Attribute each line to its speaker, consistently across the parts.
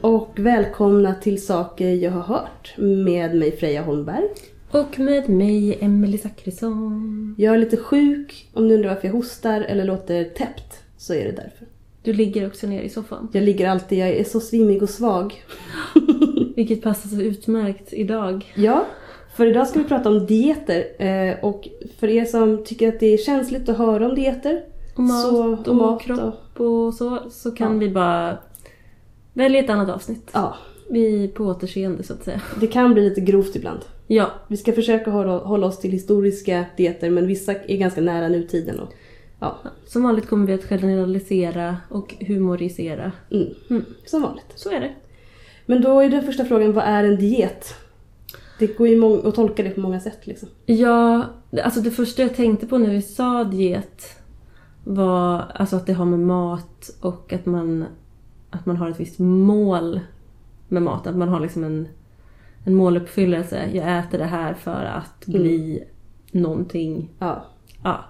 Speaker 1: och välkomna till Saker jag har hört med mig Freja Holmberg.
Speaker 2: Och med mig, Emelie Zackrisson.
Speaker 1: Jag är lite sjuk. Om ni undrar varför jag hostar eller låter täppt så är det därför.
Speaker 2: Du ligger också ner i soffan.
Speaker 1: Jag ligger alltid, jag är så svimmig och svag.
Speaker 2: Vilket passar så utmärkt idag.
Speaker 1: Ja, för idag ska vi prata om dieter. eh, Och för er som tycker att det är känsligt att höra om dieter.
Speaker 2: Och mat
Speaker 1: så,
Speaker 2: och, kropp och så, så kan
Speaker 1: Ja.
Speaker 2: vi bara välja ett annat avsnitt.
Speaker 1: ja,
Speaker 2: Vi på återseende så att säga.
Speaker 1: det kan bli lite grovt ibland.
Speaker 2: Ja,
Speaker 1: Vi ska försöka hålla, hålla oss till historiska dieter men vissa är ganska nära nutiden. Och, ja,
Speaker 2: som vanligt kommer vi att generalisera och humorisera.
Speaker 1: mm,
Speaker 2: Mm.
Speaker 1: som vanligt.
Speaker 2: Så är det.
Speaker 1: Men då är den första frågan, vad är en diet? Det går ju mång- att tolka det på många sätt liksom.
Speaker 2: Ja, alltså det första jag tänkte på när vi sa diet var alltså att det har med mat och att man, att man har ett visst mål med mat. Att man har liksom en, en måluppfyllelse. Jag äter det här för att
Speaker 1: Mm.
Speaker 2: bli någonting.
Speaker 1: Ja.
Speaker 2: Ja.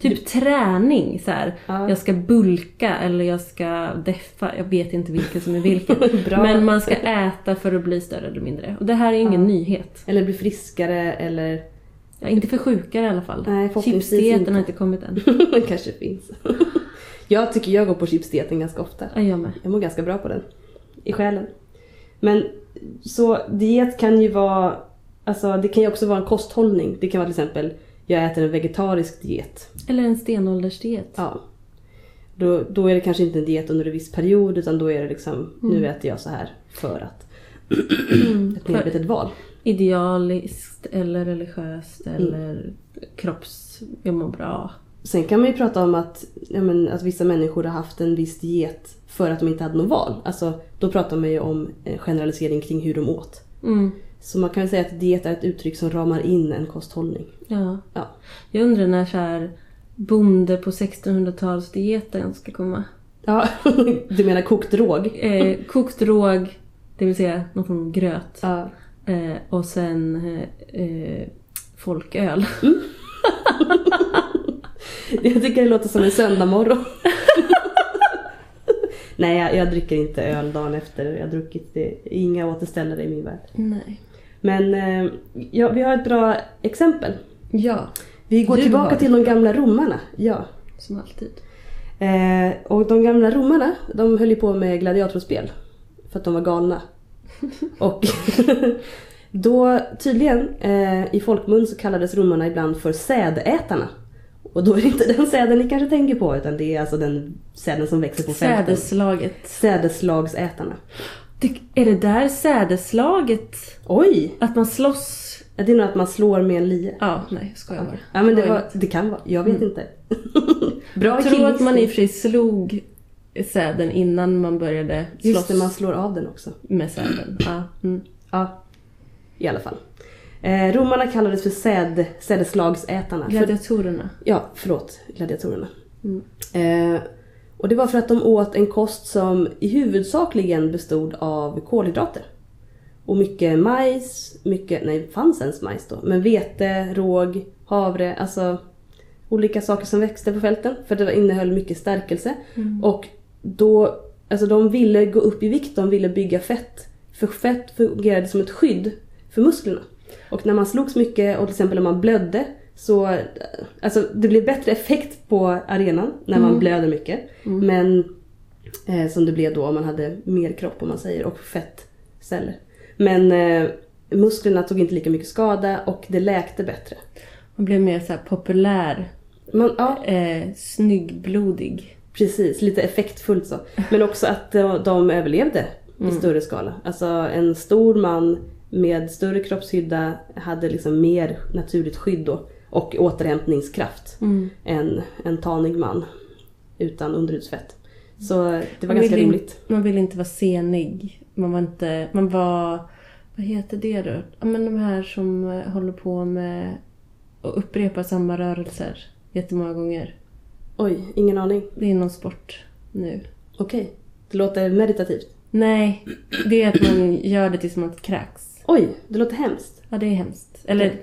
Speaker 2: Typ träning så här.
Speaker 1: Ja.
Speaker 2: Jag ska bulka eller jag ska deffa. Jag vet inte vilken som är vilken.
Speaker 1: Bra.
Speaker 2: Men man ska äta för att bli större eller mindre. Och det här är ju ingen nyhet.
Speaker 1: Eller bli friskare eller
Speaker 2: Ja, inte för sjukare i alla fall.
Speaker 1: Nej, förhoppningsvis
Speaker 2: Chipsdieten
Speaker 1: inte.
Speaker 2: har inte kommit än.
Speaker 1: det kanske finns. jag tycker jag går på chipsdieten ganska ofta.
Speaker 2: Ja, jag med.
Speaker 1: Jag mår ganska bra på den. I själen. Men så diet kan ju vara, alltså det kan ju också vara en kosthållning. Det kan vara till exempel, jag äter en vegetarisk diet.
Speaker 2: Eller en stenåldersdiet.
Speaker 1: Ja. Då, då är det kanske inte en diet under en viss period utan då är det liksom, nu
Speaker 2: Mm.
Speaker 1: äter jag så här för att. ett medvetet val.
Speaker 2: Idealiskt eller religiöst
Speaker 1: Mm.
Speaker 2: eller kropps... Jag mår bra.
Speaker 1: Sen kan man ju prata om att, ja, men, att vissa människor har haft en viss diet för att de inte hade något val. Alltså, då pratar man ju om eh, generalisering kring hur de åt.
Speaker 2: Mm.
Speaker 1: Så man kan ju säga att diet är ett uttryck som ramar in en kosthållning.
Speaker 2: Ja.
Speaker 1: Ja.
Speaker 2: Jag undrar när så här bonde på 1600-talsdieten ska komma.
Speaker 1: ja. Du menar kokt råg?
Speaker 2: Eh, kokt råg, det vill säga någon form av gröt.
Speaker 1: Ja.
Speaker 2: Eh, och sen eh, eh, folköl.
Speaker 1: Jag tycker det låter som en söndagmorgon. Nej, jag, jag dricker inte öl dagen efter. Jag har druckit det. Inga återställare i min värld.
Speaker 2: Nej.
Speaker 1: Men eh, ja, vi har ett bra exempel.
Speaker 2: Ja,
Speaker 1: Vi går
Speaker 2: Du
Speaker 1: tillbaka
Speaker 2: har.
Speaker 1: till de gamla romarna. Ja.
Speaker 2: som alltid.
Speaker 1: Eh, och de gamla romarna, de höll ju på med gladiatorspel. För att de var galna. Och då tydligen, eh, i folkmun så kallades romarna ibland för sädätarna. Och då är det inte den säden ni kanske tänker på utan det är alltså den säden som växer på fälten.
Speaker 2: Sädeslaget.
Speaker 1: Sädeslagsätarna.
Speaker 2: Det, är det där sädeslaget?
Speaker 1: Oj!
Speaker 2: Att man slåss?
Speaker 1: Ja, Det är nog att man slår med en lie.
Speaker 2: Ja, nej jag skojar bara.
Speaker 1: Ja men det, var,
Speaker 2: Skojigt.
Speaker 1: det kan vara, jag vet inte. Mm. Bra
Speaker 2: Jag tror att man i och
Speaker 1: killgissning.
Speaker 2: för sig slog säden innan man började
Speaker 1: Just
Speaker 2: slåss
Speaker 1: det, man slår av den också.
Speaker 2: med säden. Ja. Mm.
Speaker 1: Ja, i alla fall. Eh, romarna kallades för säd, sädeslagsätarna. För,
Speaker 2: Gladiatorerna.
Speaker 1: ja, förlåt, gladiatorerna.
Speaker 2: Mm.
Speaker 1: Eh, och det var för att de åt en kost som i huvudsakligen bestod av kolhydrater. Och mycket majs, mycket, nej fanns ens majs då, men vete, råg, havre, alltså olika saker som växte på fälten. För det innehöll mycket stärkelse. Och då, alltså de ville gå upp i vikt, de ville bygga fett. För fett fungerade som ett skydd för musklerna. Och när man slogs mycket och till exempel när man blödde så, eh, alltså det blev bättre effekt på arenan när man blöder mycket. Men eh, som det blev då om man hade mer kropp om man säger och fettceller. Men eh, musklerna tog inte lika mycket skada och det läkte bättre.
Speaker 2: Man blev mer så här populär,
Speaker 1: Man, ja,
Speaker 2: eh, snyggblodig.
Speaker 1: Precis, lite effektfullt så. Men också att eh, de överlevde i större skala. Alltså en stor man med större kroppshydda hade liksom mer naturligt skydd då. Och återhämtningskraft
Speaker 2: Mm.
Speaker 1: än en tanig man utan underhudsfett. Så det var ganska
Speaker 2: Man ville in-
Speaker 1: rimligt.
Speaker 2: Man ville inte vara senig. Man var inte, man var, vad heter det då? Ja men de här som eh, håller på med att upprepa samma rörelser jättemånga gånger.
Speaker 1: Oj, ingen aning.
Speaker 2: Det är någon sport nu.
Speaker 1: Okej, det låter meditativt.
Speaker 2: Nej, det är att man gör det tills man kräks.
Speaker 1: Oj, det låter hemskt
Speaker 2: Ja, det är hemskt. Eller,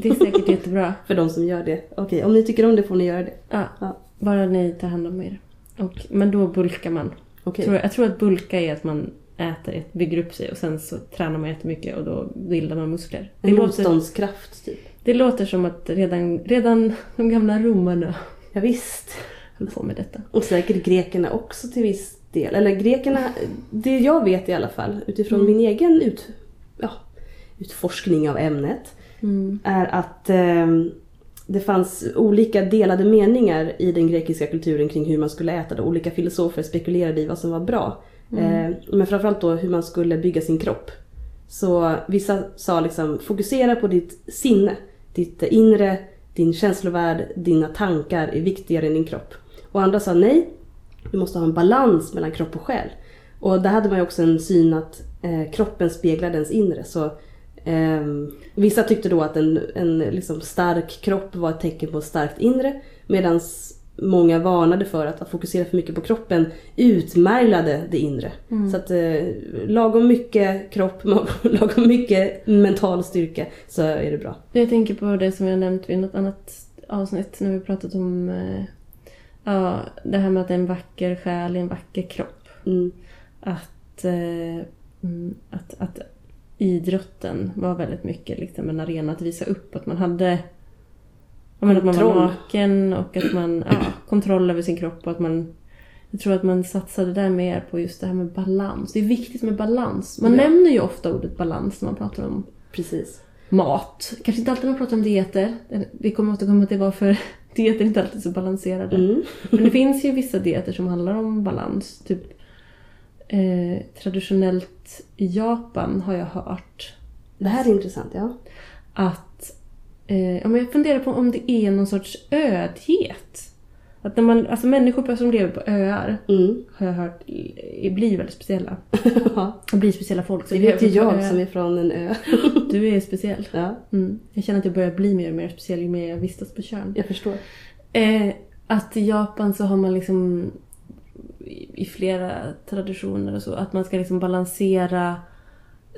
Speaker 2: det är säkert jättebra.
Speaker 1: för de som gör det. Okej, om ni tycker om det får ni göra det.
Speaker 2: Ja,
Speaker 1: Ja.
Speaker 2: bara ni tar hand om er. Och, men då bulkar man.
Speaker 1: Okej.
Speaker 2: Tror, jag tror att bulka är att man äter, ett- bygger upp sig och sen så tränar man jättemycket och då bildar man muskler. Det
Speaker 1: En
Speaker 2: låter,
Speaker 1: motståndskraft typ.
Speaker 2: det låter som att redan, redan de gamla romarna
Speaker 1: Ja, visst.
Speaker 2: höll på med detta.
Speaker 1: Och säkert grekerna också till viss del. Eller grekerna, det jag vet i alla fall utifrån
Speaker 2: Mm.
Speaker 1: min egen ut, ja, utforskning av ämnet
Speaker 2: Mm.
Speaker 1: är att eh, det fanns olika delade meningar i den grekiska kulturen kring hur man skulle äta det. Olika filosofer spekulerade i vad som var bra. Eh, men framförallt då hur man skulle bygga sin kropp. Så vissa sa liksom fokusera på ditt sinne, ditt inre, din känslovärld, dina tankar är viktigare än din kropp. Och andra sa nej, du måste ha en balans mellan kropp och själ. Och där hade man ju också en syn att eh, kroppen speglar dens inre. Så, ehm, vissa tyckte då att en, en liksom stark kropp var ett tecken på ett starkt inre. Medan många varnade för att, att fokusera för mycket på kroppen utmärglade det inre. Så att eh, lagom mycket kropp, lagom mycket mental styrka så är det bra.
Speaker 2: Jag tänker på det som jag nämnt vid något annat avsnitt när vi pratat om eh, ja, det här med att en vacker själ är en vacker kropp.
Speaker 1: Mm.
Speaker 2: Att, eh, mm, att, att idrotten var väldigt mycket liksom en arena att visa upp att man hade ja, men att man var
Speaker 1: Kontroll.
Speaker 2: naken och att man ja, kontroll över sin kropp och att man jag tror att man satsade där mer på just det här med balans. Det är viktigt med balans. Man
Speaker 1: Ja.
Speaker 2: nämner ju ofta ordet balans när man pratar om
Speaker 1: Precis.
Speaker 2: mat. Kanske inte alltid när man pratar om dieter. Vi kommer återkomma till varför dieter inte alltid är så balanserade.
Speaker 1: Mm.
Speaker 2: Men det finns ju vissa dieter som handlar om balans. Typ eh, Traditionellt i Japan har jag hört
Speaker 1: Det här är intressant, ja.
Speaker 2: att... Eh, ja, men jag funderar på om det är någon sorts ödhet. Att när man, alltså människor som lever på öar
Speaker 1: Mm.
Speaker 2: har jag hört eh, blir väldigt speciella.
Speaker 1: Ja,
Speaker 2: Och blir speciella folk. som
Speaker 1: det vet ju
Speaker 2: lever på
Speaker 1: jag
Speaker 2: öar.
Speaker 1: som är från en ö.
Speaker 2: Du är speciell.
Speaker 1: Ja,
Speaker 2: Mm. Jag känner att jag börjar bli mer och mer speciell ju mer jag vistas på Tjörn.
Speaker 1: jag förstår.
Speaker 2: Eh, att i Japan så har man liksom i, i flera traditioner och så att man ska liksom balansera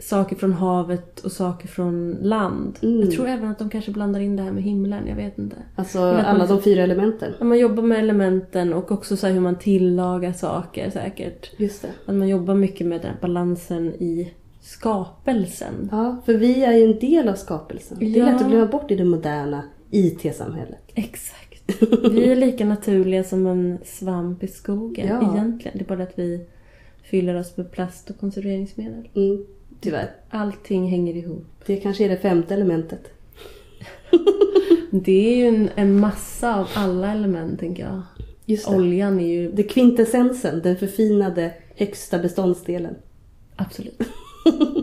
Speaker 2: saker från havet och saker från land.
Speaker 1: Mm.
Speaker 2: Jag tror även att de kanske blandar in det här med himlen, jag vet inte.
Speaker 1: Alltså
Speaker 2: att man
Speaker 1: alla de fyra elementen.
Speaker 2: Att man jobbar med elementen och också så här hur man tillagar saker säkert.
Speaker 1: Just det.
Speaker 2: Att man jobbar mycket med den här balansen i skapelsen.
Speaker 1: Ja, för vi är ju en del av skapelsen. Det
Speaker 2: Ja.
Speaker 1: är lätt att glömma bort i det moderna IT-samhället.
Speaker 2: Exakt. Vi är lika naturliga som en svamp i skogen
Speaker 1: Ja.
Speaker 2: egentligen. Det är bara det att vi fyller oss med plast och konserveringsmedel.
Speaker 1: Mm, tyvärr.
Speaker 2: Allting hänger ihop.
Speaker 1: Det kanske är det femte elementet.
Speaker 2: Det är ju en, en massa av alla element tänker jag.
Speaker 1: Just det.
Speaker 2: Oljan är ju...
Speaker 1: Det är kvintessensen, den förfinade högsta beståndsdelen.
Speaker 2: Absolut.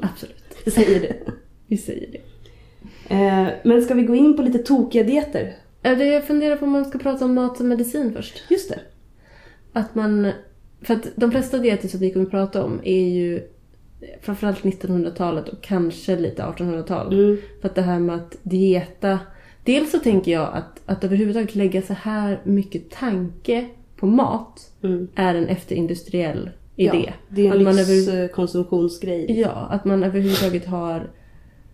Speaker 2: Absolut.
Speaker 1: Jag säger det.
Speaker 2: Vi säger det.
Speaker 1: Eh, Men ska vi gå in på lite tokiga dieter?
Speaker 2: Ja, det- Jag funderar på om man ska prata om mat och medicin först.
Speaker 1: Just det.
Speaker 2: Att man... För att de flesta dieter som vi kommer att prata om är ju framförallt 1900-talet och kanske lite 1800-tal.
Speaker 1: Mm.
Speaker 2: För att det här med att dieta. Dels så tänker jag att, att överhuvudtaget lägga så här mycket tanke på mat
Speaker 1: Mm.
Speaker 2: är en efterindustriell idé.
Speaker 1: Ja, det är
Speaker 2: att,
Speaker 1: en
Speaker 2: man över,
Speaker 1: lyxkonsumtionsgrej.
Speaker 2: ja, att man överhuvudtaget har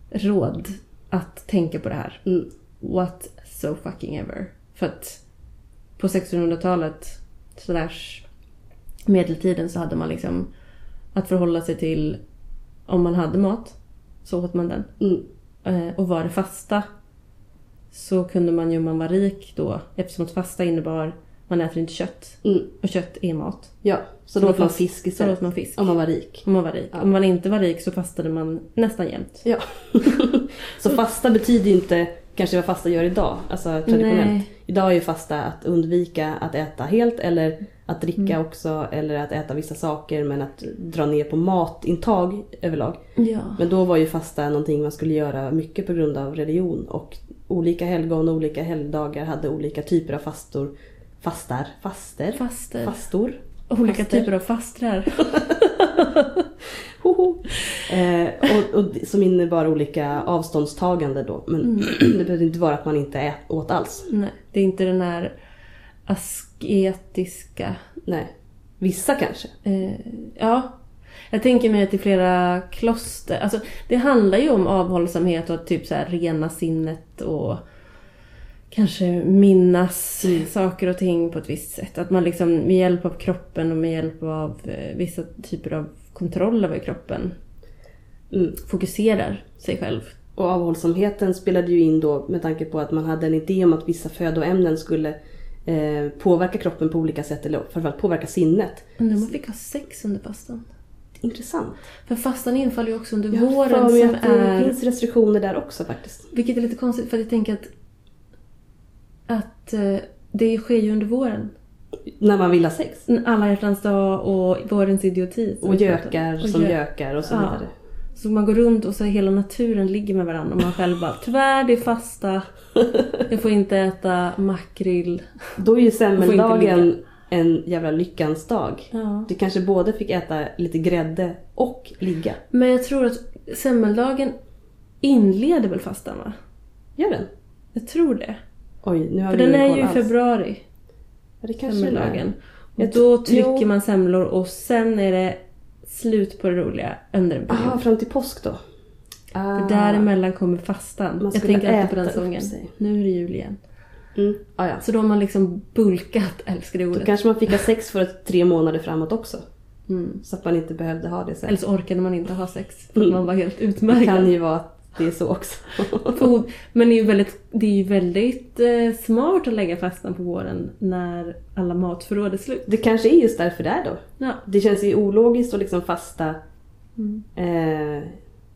Speaker 2: råd att tänka på det här.
Speaker 1: Mm.
Speaker 2: What so fucking ever. För att på 1600-talet slash medeltiden så hade man liksom att förhålla sig till om man hade mat så åt man den.
Speaker 1: Mm.
Speaker 2: Eh, Och var det fasta så kunde man ju om man var rik då, eftersom att fasta innebar man äter inte kött
Speaker 1: Mm.
Speaker 2: och kött är mat.
Speaker 1: Ja, så då åt man fisk
Speaker 2: Så
Speaker 1: istället.
Speaker 2: åt man fisk
Speaker 1: Om man var rik.
Speaker 2: om man var rik.
Speaker 1: Ja.
Speaker 2: Om man inte var rik så fastade man nästan jämt.
Speaker 1: Ja. så fasta betyder ju inte kanske vad fasta gör idag, alltså traditionellt.
Speaker 2: Nej.
Speaker 1: Idag är ju fasta att undvika att äta helt eller att dricka också eller att äta vissa saker men att dra ner på matintag överlag.
Speaker 2: Ja.
Speaker 1: Men då var ju fasta någonting man skulle göra mycket på grund av religion och olika helgon och olika helgdagar hade olika typer av fastor. Fastar, faster,
Speaker 2: Faster.
Speaker 1: fastor.
Speaker 2: Olika
Speaker 1: faster.
Speaker 2: typer av fastrar.
Speaker 1: Hoho. Eh, och, och, som innebar olika avståndstagande då. Men
Speaker 2: Mm.
Speaker 1: det behövde inte vara att man inte ät, åt alls.
Speaker 2: Nej, det är inte den här asketiska...
Speaker 1: Nej. Vissa kanske.
Speaker 2: Eh, ja. Jag tänker mig att i flera kloster, alltså det handlar ju om avhållsamhet och att typ så här rena sinnet och kanske minnas saker och ting på ett visst sätt. Att man liksom med hjälp av kroppen och med hjälp av eh, vissa typer av kontroll över kroppen.
Speaker 1: Mm.
Speaker 2: Fokuserar sig själv.
Speaker 1: Och avhållsamheten spelade ju in då med tanke på att man hade en idé om att vissa födoämnen skulle eh, påverka kroppen på olika sätt eller framförallt påverka sinnet.
Speaker 2: Undrar om man fick ha sex under fastan?
Speaker 1: Intressant.
Speaker 2: För fastan infaller ju också under
Speaker 1: Jag har för
Speaker 2: våren
Speaker 1: mig
Speaker 2: som
Speaker 1: att det
Speaker 2: är...
Speaker 1: finns restriktioner där också faktiskt.
Speaker 2: Vilket är lite konstigt för att jag tänker att... Att eh, det sker ju under våren.
Speaker 1: När man vill ha sex.
Speaker 2: Alla hjärtans dag och vårens idioti. som
Speaker 1: Och
Speaker 2: vi pratar om.
Speaker 1: gökar
Speaker 2: Och
Speaker 1: som
Speaker 2: gö-
Speaker 1: gökar och så
Speaker 2: Ja.
Speaker 1: vidare.
Speaker 2: Så man går runt och så hela naturen ligger med varandra och man själv bara tyvärr det är fasta. Jag får inte äta makrill.
Speaker 1: Då är ju
Speaker 2: Får
Speaker 1: semmeldagen en jävla lyckans dag.
Speaker 2: Ja.
Speaker 1: Du kanske både fick äta lite grädde och ligga.
Speaker 2: Men jag tror att semmeldagen inleder väl fastan va?
Speaker 1: Gör den?
Speaker 2: Jag tror det.
Speaker 1: Oj, nu har
Speaker 2: För
Speaker 1: vi
Speaker 2: den
Speaker 1: ingen
Speaker 2: är
Speaker 1: koll
Speaker 2: ju i
Speaker 1: alls.
Speaker 2: februari,
Speaker 1: Ja, det kanske den är.
Speaker 2: semmeldagen.
Speaker 1: Jag
Speaker 2: Och då
Speaker 1: tror- jo.
Speaker 2: trycker man semlor och sen är det slut på det roliga under en period.
Speaker 1: Aha, fram till påsk då? Ah.
Speaker 2: För däremellan kommer fastan.
Speaker 1: Man
Speaker 2: Jag
Speaker 1: skulle
Speaker 2: tänker alltid
Speaker 1: äta
Speaker 2: på den
Speaker 1: upp
Speaker 2: sången.
Speaker 1: sig.
Speaker 2: Nu är det jul igen.
Speaker 1: Mm. Ah, ja.
Speaker 2: Så då har man liksom bulkat, älskar det
Speaker 1: Då
Speaker 2: ordet.
Speaker 1: kanske man fick ha sex för tre månader framåt också.
Speaker 2: Mm.
Speaker 1: Så att man inte behövde ha det sen.
Speaker 2: Eller så orkade man inte ha sex. För att
Speaker 1: Mm.
Speaker 2: man var helt
Speaker 1: det kan
Speaker 2: utmärkt.
Speaker 1: ju vara att det är så också.
Speaker 2: Men det är ju väldigt, det är ju väldigt eh, smart att lägga fastan på våren när alla matförråd är slut.
Speaker 1: det kanske är just därför det är då.
Speaker 2: Ja.
Speaker 1: Det känns ju ologiskt att liksom fasta
Speaker 2: Mm.
Speaker 1: eh,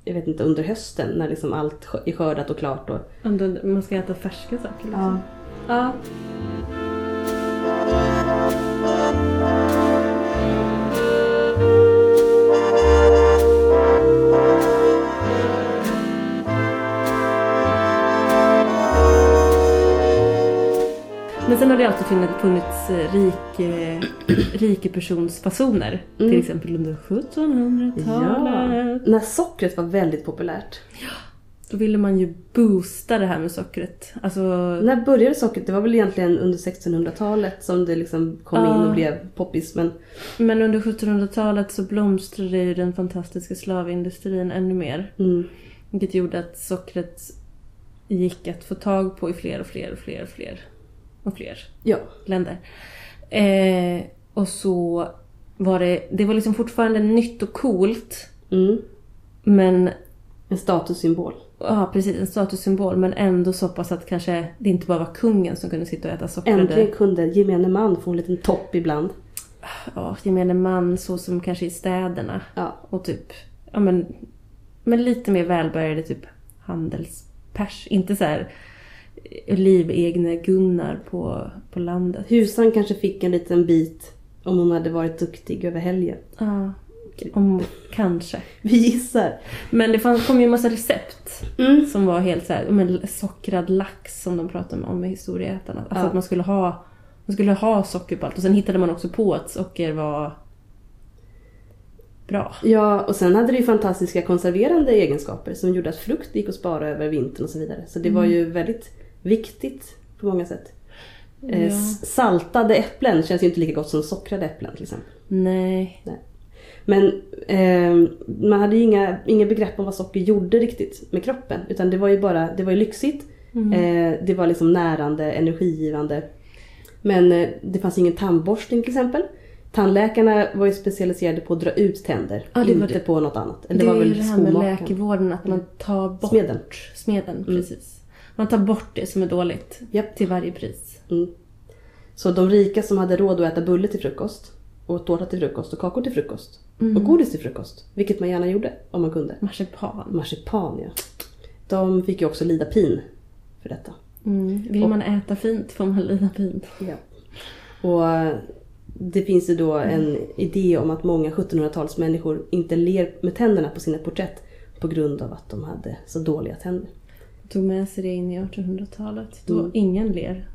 Speaker 1: jag vet inte, under hösten när liksom allt skö- är skördat och klart. Och,
Speaker 2: Om den- Man ska äta färska saker.
Speaker 1: ja.
Speaker 2: liksom. Ja. Men sen har det alltid funnits, funnits eh, rike, rikepersonsfasoner.
Speaker 1: Mm.
Speaker 2: Till exempel under 1700-talet.
Speaker 1: När sockret var väldigt populärt.
Speaker 2: Då ville man ju boosta det här med sockret. Alltså,
Speaker 1: När började sockret? Det var väl egentligen under 1600-talet som det liksom kom in
Speaker 2: Ah.
Speaker 1: och blev poppis. Men
Speaker 2: Men under 1700-talet så blomstrade ju den fantastiska slavindustrin ännu mer.
Speaker 1: mm,
Speaker 2: Vilket gjorde att sockret gick att få tag på i fler och fler och fler och fler och fler
Speaker 1: ja.
Speaker 2: länder. Eh, och så var det, det var liksom fortfarande nytt och coolt.
Speaker 1: Mm.
Speaker 2: Men,
Speaker 1: En statussymbol.
Speaker 2: ja precis, en statussymbol. Men ändå så pass att kanske det inte bara var kungen som kunde sitta och äta
Speaker 1: Äntligen
Speaker 2: socker.
Speaker 1: kunde gemene man få en liten topp ibland.
Speaker 2: Ja, gemene man så som kanske i städerna.
Speaker 1: Ja.
Speaker 2: Och typ, ja men, men lite mer välbärgade typ handelspers. Inte så här livegna Gunnar på, på landet.
Speaker 1: Husan kanske fick en liten bit om hon hade varit duktig över helgen.
Speaker 2: Ja, om, kanske.
Speaker 1: Vi gissar.
Speaker 2: Men det fanns, kom ju en massa recept
Speaker 1: Mm.
Speaker 2: som var helt så här, ja, men sockrad lax som de pratade om med historieätarna. Alltså
Speaker 1: Ja.
Speaker 2: att man skulle ha man skulle ha socker på allt och sen hittade man också på att socker var bra.
Speaker 1: Ja, och sen hade det ju fantastiska konserverande egenskaper som gjorde att frukt gick att spara över vintern och så vidare. Så det var ju väldigt viktigt på många sätt. Eh,
Speaker 2: Ja.
Speaker 1: s- Saltade äpplen känns ju inte lika gott som sockrade äpplen till exempel.
Speaker 2: Nej.
Speaker 1: Men eh, man hade ju inga, inga begrepp om vad socker gjorde riktigt med kroppen. Utan det var ju bara, det var ju lyxigt.
Speaker 2: Mm.
Speaker 1: Eh, det var liksom närande, energigivande. Men eh, det fanns ingen tandborstning till exempel. Tandläkarna var ju specialiserade på att dra ut tänder.
Speaker 2: Ja, det var
Speaker 1: inte
Speaker 2: det-
Speaker 1: på något annat.
Speaker 2: Det,
Speaker 1: Eller det var
Speaker 2: är ju
Speaker 1: väl
Speaker 2: det här med
Speaker 1: skomakaren.
Speaker 2: läkevården, att man tar bort
Speaker 1: Smeden.
Speaker 2: smeden. Precis. Man tar bort det som är dåligt
Speaker 1: Mm. Japp.
Speaker 2: till varje pris.
Speaker 1: Mm. Så de rika som hade råd att äta bulle till frukost. Och tårta till frukost och kakor till frukost. Och godis till frukost. Vilket man gärna gjorde om man kunde.
Speaker 2: Marsipan.
Speaker 1: Marsipan ja. De fick ju också lida pin för detta.
Speaker 2: Mm. Vill man äta fint får man lida pin.
Speaker 1: Ja. Och eh, det finns ju då en idé om att många 1700-talsmänniskor inte ler med tänderna på sina porträtt på grund av att de hade så dåliga tänder.
Speaker 2: Tog med sig det in i 1800-talet då ingen ler.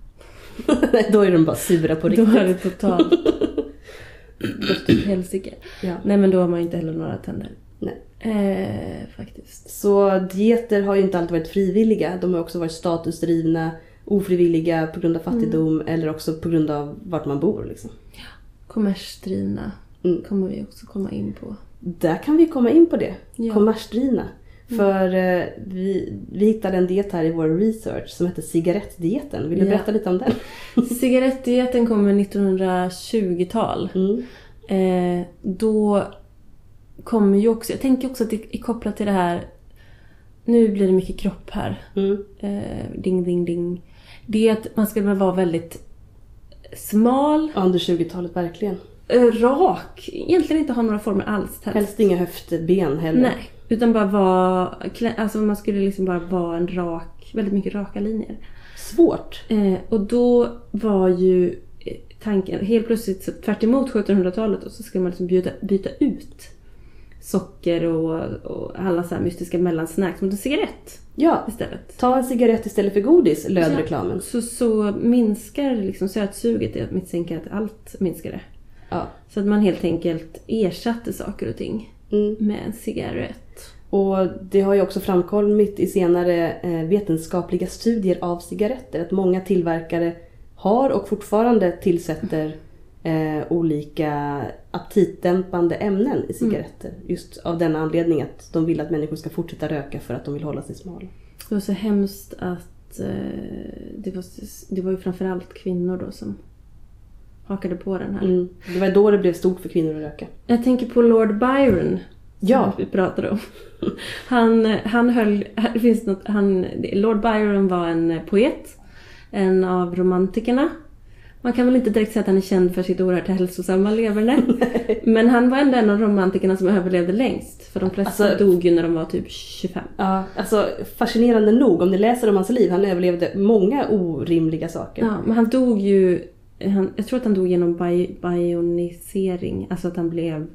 Speaker 1: Nej, då är de bara sura Mm. på
Speaker 2: Då
Speaker 1: riktigt.
Speaker 2: är det totalt gått åt helsike.
Speaker 1: Ja.
Speaker 2: Nej men då har man ju inte heller några tänder.
Speaker 1: Nej.
Speaker 2: Eh, faktiskt.
Speaker 1: Så dieter har ju inte alltid varit frivilliga. De har också varit statusdrivna, ofrivilliga på grund av
Speaker 2: Mm.
Speaker 1: fattigdom eller också på grund av vart man bor. Liksom.
Speaker 2: Kommersdrivna
Speaker 1: Mm.
Speaker 2: kommer vi också komma in på.
Speaker 1: Där kan vi komma in på det.
Speaker 2: Ja. Mm.
Speaker 1: Kommersdrivna. För eh, vi, vi hittade en diet här i vår research som hette cigarettdieten. Vill du
Speaker 2: Ja.
Speaker 1: berätta lite om den?
Speaker 2: Cigarettdieten kommer 1920-tal.
Speaker 1: Mm.
Speaker 2: Eh, då kommer ju också, jag tänker också att det är kopplat till det här, nu blir det mycket kropp här.
Speaker 1: Mm.
Speaker 2: Eh, ding, ding, ding. Det är att man ska väl vara väldigt smal,
Speaker 1: Ja, Under 20-talet verkligen.
Speaker 2: eh, rak, egentligen inte ha några former alls. helst.
Speaker 1: Helst inga höftben heller.
Speaker 2: Nej, utan bara vara, klä- alltså man skulle liksom bara vara en rak, väldigt mycket raka linjer.
Speaker 1: Svårt.
Speaker 2: Eh, och då var ju eh, tanken, helt plötsligt så tvärt emot 1700-talet och så skulle man liksom bjuda, byta ut socker och, och alla så här mystiska mellansnacks mot en cigarett
Speaker 1: Ja,
Speaker 2: istället.
Speaker 1: ta en cigarett istället för godis, löd reklamen.
Speaker 2: Så, så minskar liksom sötsuget, jag misstänker att allt minskade.
Speaker 1: Ja.
Speaker 2: Så att man helt enkelt ersatte saker och ting
Speaker 1: Mm.
Speaker 2: med en cigarett.
Speaker 1: Och det har ju också framkommit i senare eh, vetenskapliga studier av cigaretter att många tillverkare har och fortfarande tillsätter eh, olika aptitdämpande ämnen i cigaretter. Just av den anledningen att de vill att människor ska fortsätta röka för att de vill hålla sig smala.
Speaker 2: Det var så hemskt att eh, det, var, det var ju framförallt kvinnor då som hakade på den här.
Speaker 1: Mm. Det var då det blev stort för kvinnor att röka.
Speaker 2: Jag tänker på Lord Byron. som
Speaker 1: Ja.
Speaker 2: Vi pratade om. Han, han höll... Det finns något, han, Lord Byron var en poet. En av romantikerna. Man kan väl inte direkt säga att han är känd för sitt oerhört hälsosamma leverne. Men han var ändå en av romantikerna som överlevde längst. För de flesta
Speaker 1: Alltså-
Speaker 2: dog ju när de var typ 25.
Speaker 1: Ja, alltså fascinerande nog om ni läser om hans liv. Han överlevde många orimliga saker.
Speaker 2: Ja, men han dog ju... Han, jag tror att han dog genom bi- bionisering. Alltså att han blev...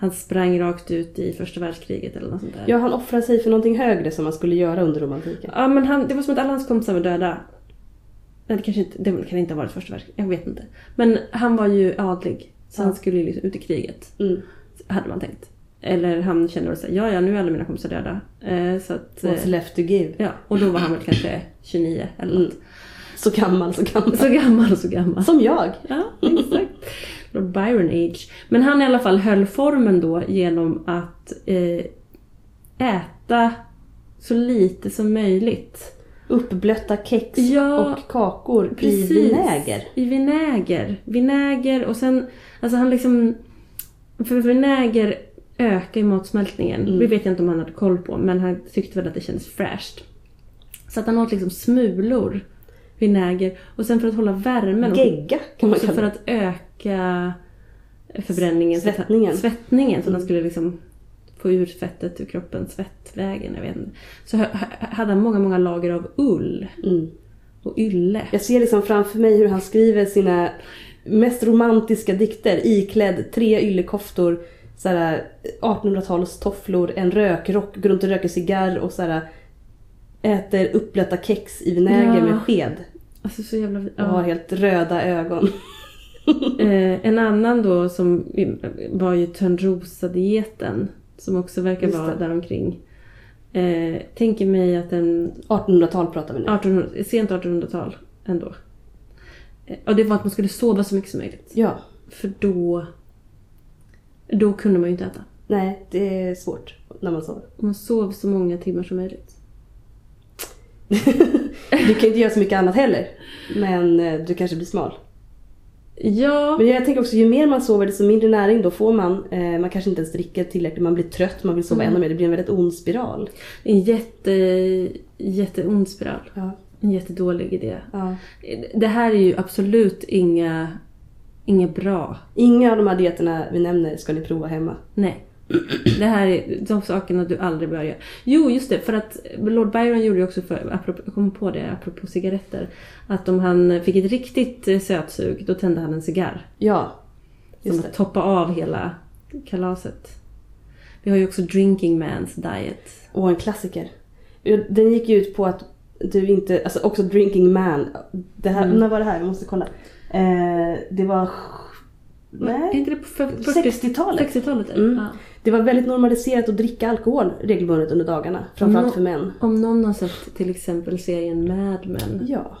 Speaker 2: Han sprang rakt ut i första världskriget eller något sånt där.
Speaker 1: Ja, han offrade sig för någonting högre som man skulle göra under romantiken.
Speaker 2: Ja men han, det var som att alla hans kompisar var döda. Nej det kanske inte, det kan inte ha varit första världskriget, jag vet inte. Men han var ju adlig. Så
Speaker 1: Ja.
Speaker 2: han skulle ju liksom ut i kriget.
Speaker 1: Mm.
Speaker 2: Hade man tänkt. Eller han kände väl såhär, ja ja nu är alla mina kompisar döda. Eh, så att, eh,
Speaker 1: What's left to give.
Speaker 2: ja. Och då var han väl kanske 29 eller något.
Speaker 1: Så gammal, så gammal.
Speaker 2: Så gammal, så gammal.
Speaker 1: Som jag.
Speaker 2: Ja, exakt. Lord Byron Age. Men han i alla fall höll formen då genom att eh, äta så lite som möjligt.
Speaker 1: Uppblötta kex
Speaker 2: Ja,
Speaker 1: och kakor
Speaker 2: Precis.
Speaker 1: i vinäger.
Speaker 2: I vinäger. Vinäger och sen, alltså han liksom... För vinäger ökar ju matsmältningen.
Speaker 1: Mm.
Speaker 2: Det vet jag inte om han hade koll på men han tyckte väl att det kändes fräscht. Så att han åt liksom smulor, vinäger och sen för att hålla värmen. och
Speaker 1: Gegga kan man
Speaker 2: också för
Speaker 1: kalla det.
Speaker 2: att öka förbränningen. så att han-
Speaker 1: Svettningen. Mm.
Speaker 2: Svettningen, så att han skulle liksom få ur fettet ur kroppen svettvägen. Jag vet inte. Så hö- hö- hade han många, många lager av ull
Speaker 1: Mm.
Speaker 2: och ylle.
Speaker 1: Jag ser liksom framför mig hur han skriver sina mest romantiska dikter iklädd tre yllekoftor, såhär 1800-talstofflor, en rökrock, går runt och röker cigarr och såhär äter uppblötta kex i vinäger
Speaker 2: Ja.
Speaker 1: med sked.
Speaker 2: Alltså så jävla...
Speaker 1: Och har
Speaker 2: Ja.
Speaker 1: helt röda ögon.
Speaker 2: Eh, en annan då som var ju Törnrosa-dieten. Som också verkar
Speaker 1: Just
Speaker 2: vara
Speaker 1: det.
Speaker 2: däromkring. Eh, tänker mig att en
Speaker 1: 1800-tal pratar vi nu.
Speaker 2: 1800, sent 1800-tal ändå. Eh, och det var att man skulle sova så mycket som möjligt.
Speaker 1: Ja.
Speaker 2: För då... Då kunde man ju inte äta.
Speaker 1: Nej, det är svårt när man sover.
Speaker 2: Man sov så många timmar som möjligt.
Speaker 1: Du kan inte göra så mycket annat heller. Men eh, du kanske blir smal.
Speaker 2: Ja,
Speaker 1: Men jag tänker också, ju mer man sover desto mindre näring då får man. Eh, man kanske inte ens dricker tillräckligt, man blir trött, man vill sova ännu mer. Det blir en väldigt ond spiral.
Speaker 2: en jätte, jätteond spiral.
Speaker 1: Ja,
Speaker 2: En jättedålig idé. Eh,
Speaker 1: ja.
Speaker 2: Det här är ju absolut inga, inga bra.
Speaker 1: Inga av de här dieterna vi nämner ska ni prova hemma.
Speaker 2: Nej. Det här är de sakerna du aldrig bör göra. Jo, just det. För att Lord Byron gjorde ju också, för, apropå, jag kom på det apropå cigaretter, att om han fick ett riktigt eh, sötsug, då tände han en cigarr.
Speaker 1: Ja,
Speaker 2: Som
Speaker 1: just det.
Speaker 2: att toppa av hela kalaset. Vi har ju också Drinking Man's Diet.
Speaker 1: Och en klassiker. Den gick ju ut på att du inte, alltså också Drinking Man. Det här, När var det här? Jag måste kolla. Eh, det var...
Speaker 2: Är
Speaker 1: Nej.
Speaker 2: inte det på fyr- 40
Speaker 1: 60-talet.
Speaker 2: 60-talet?
Speaker 1: Mm.
Speaker 2: Ja.
Speaker 1: Det var väldigt normaliserat att dricka alkohol regelbundet under dagarna. Framförallt
Speaker 2: Nå-
Speaker 1: för män.
Speaker 2: Om någon har sett till exempel serien Mad Men.
Speaker 1: Ja.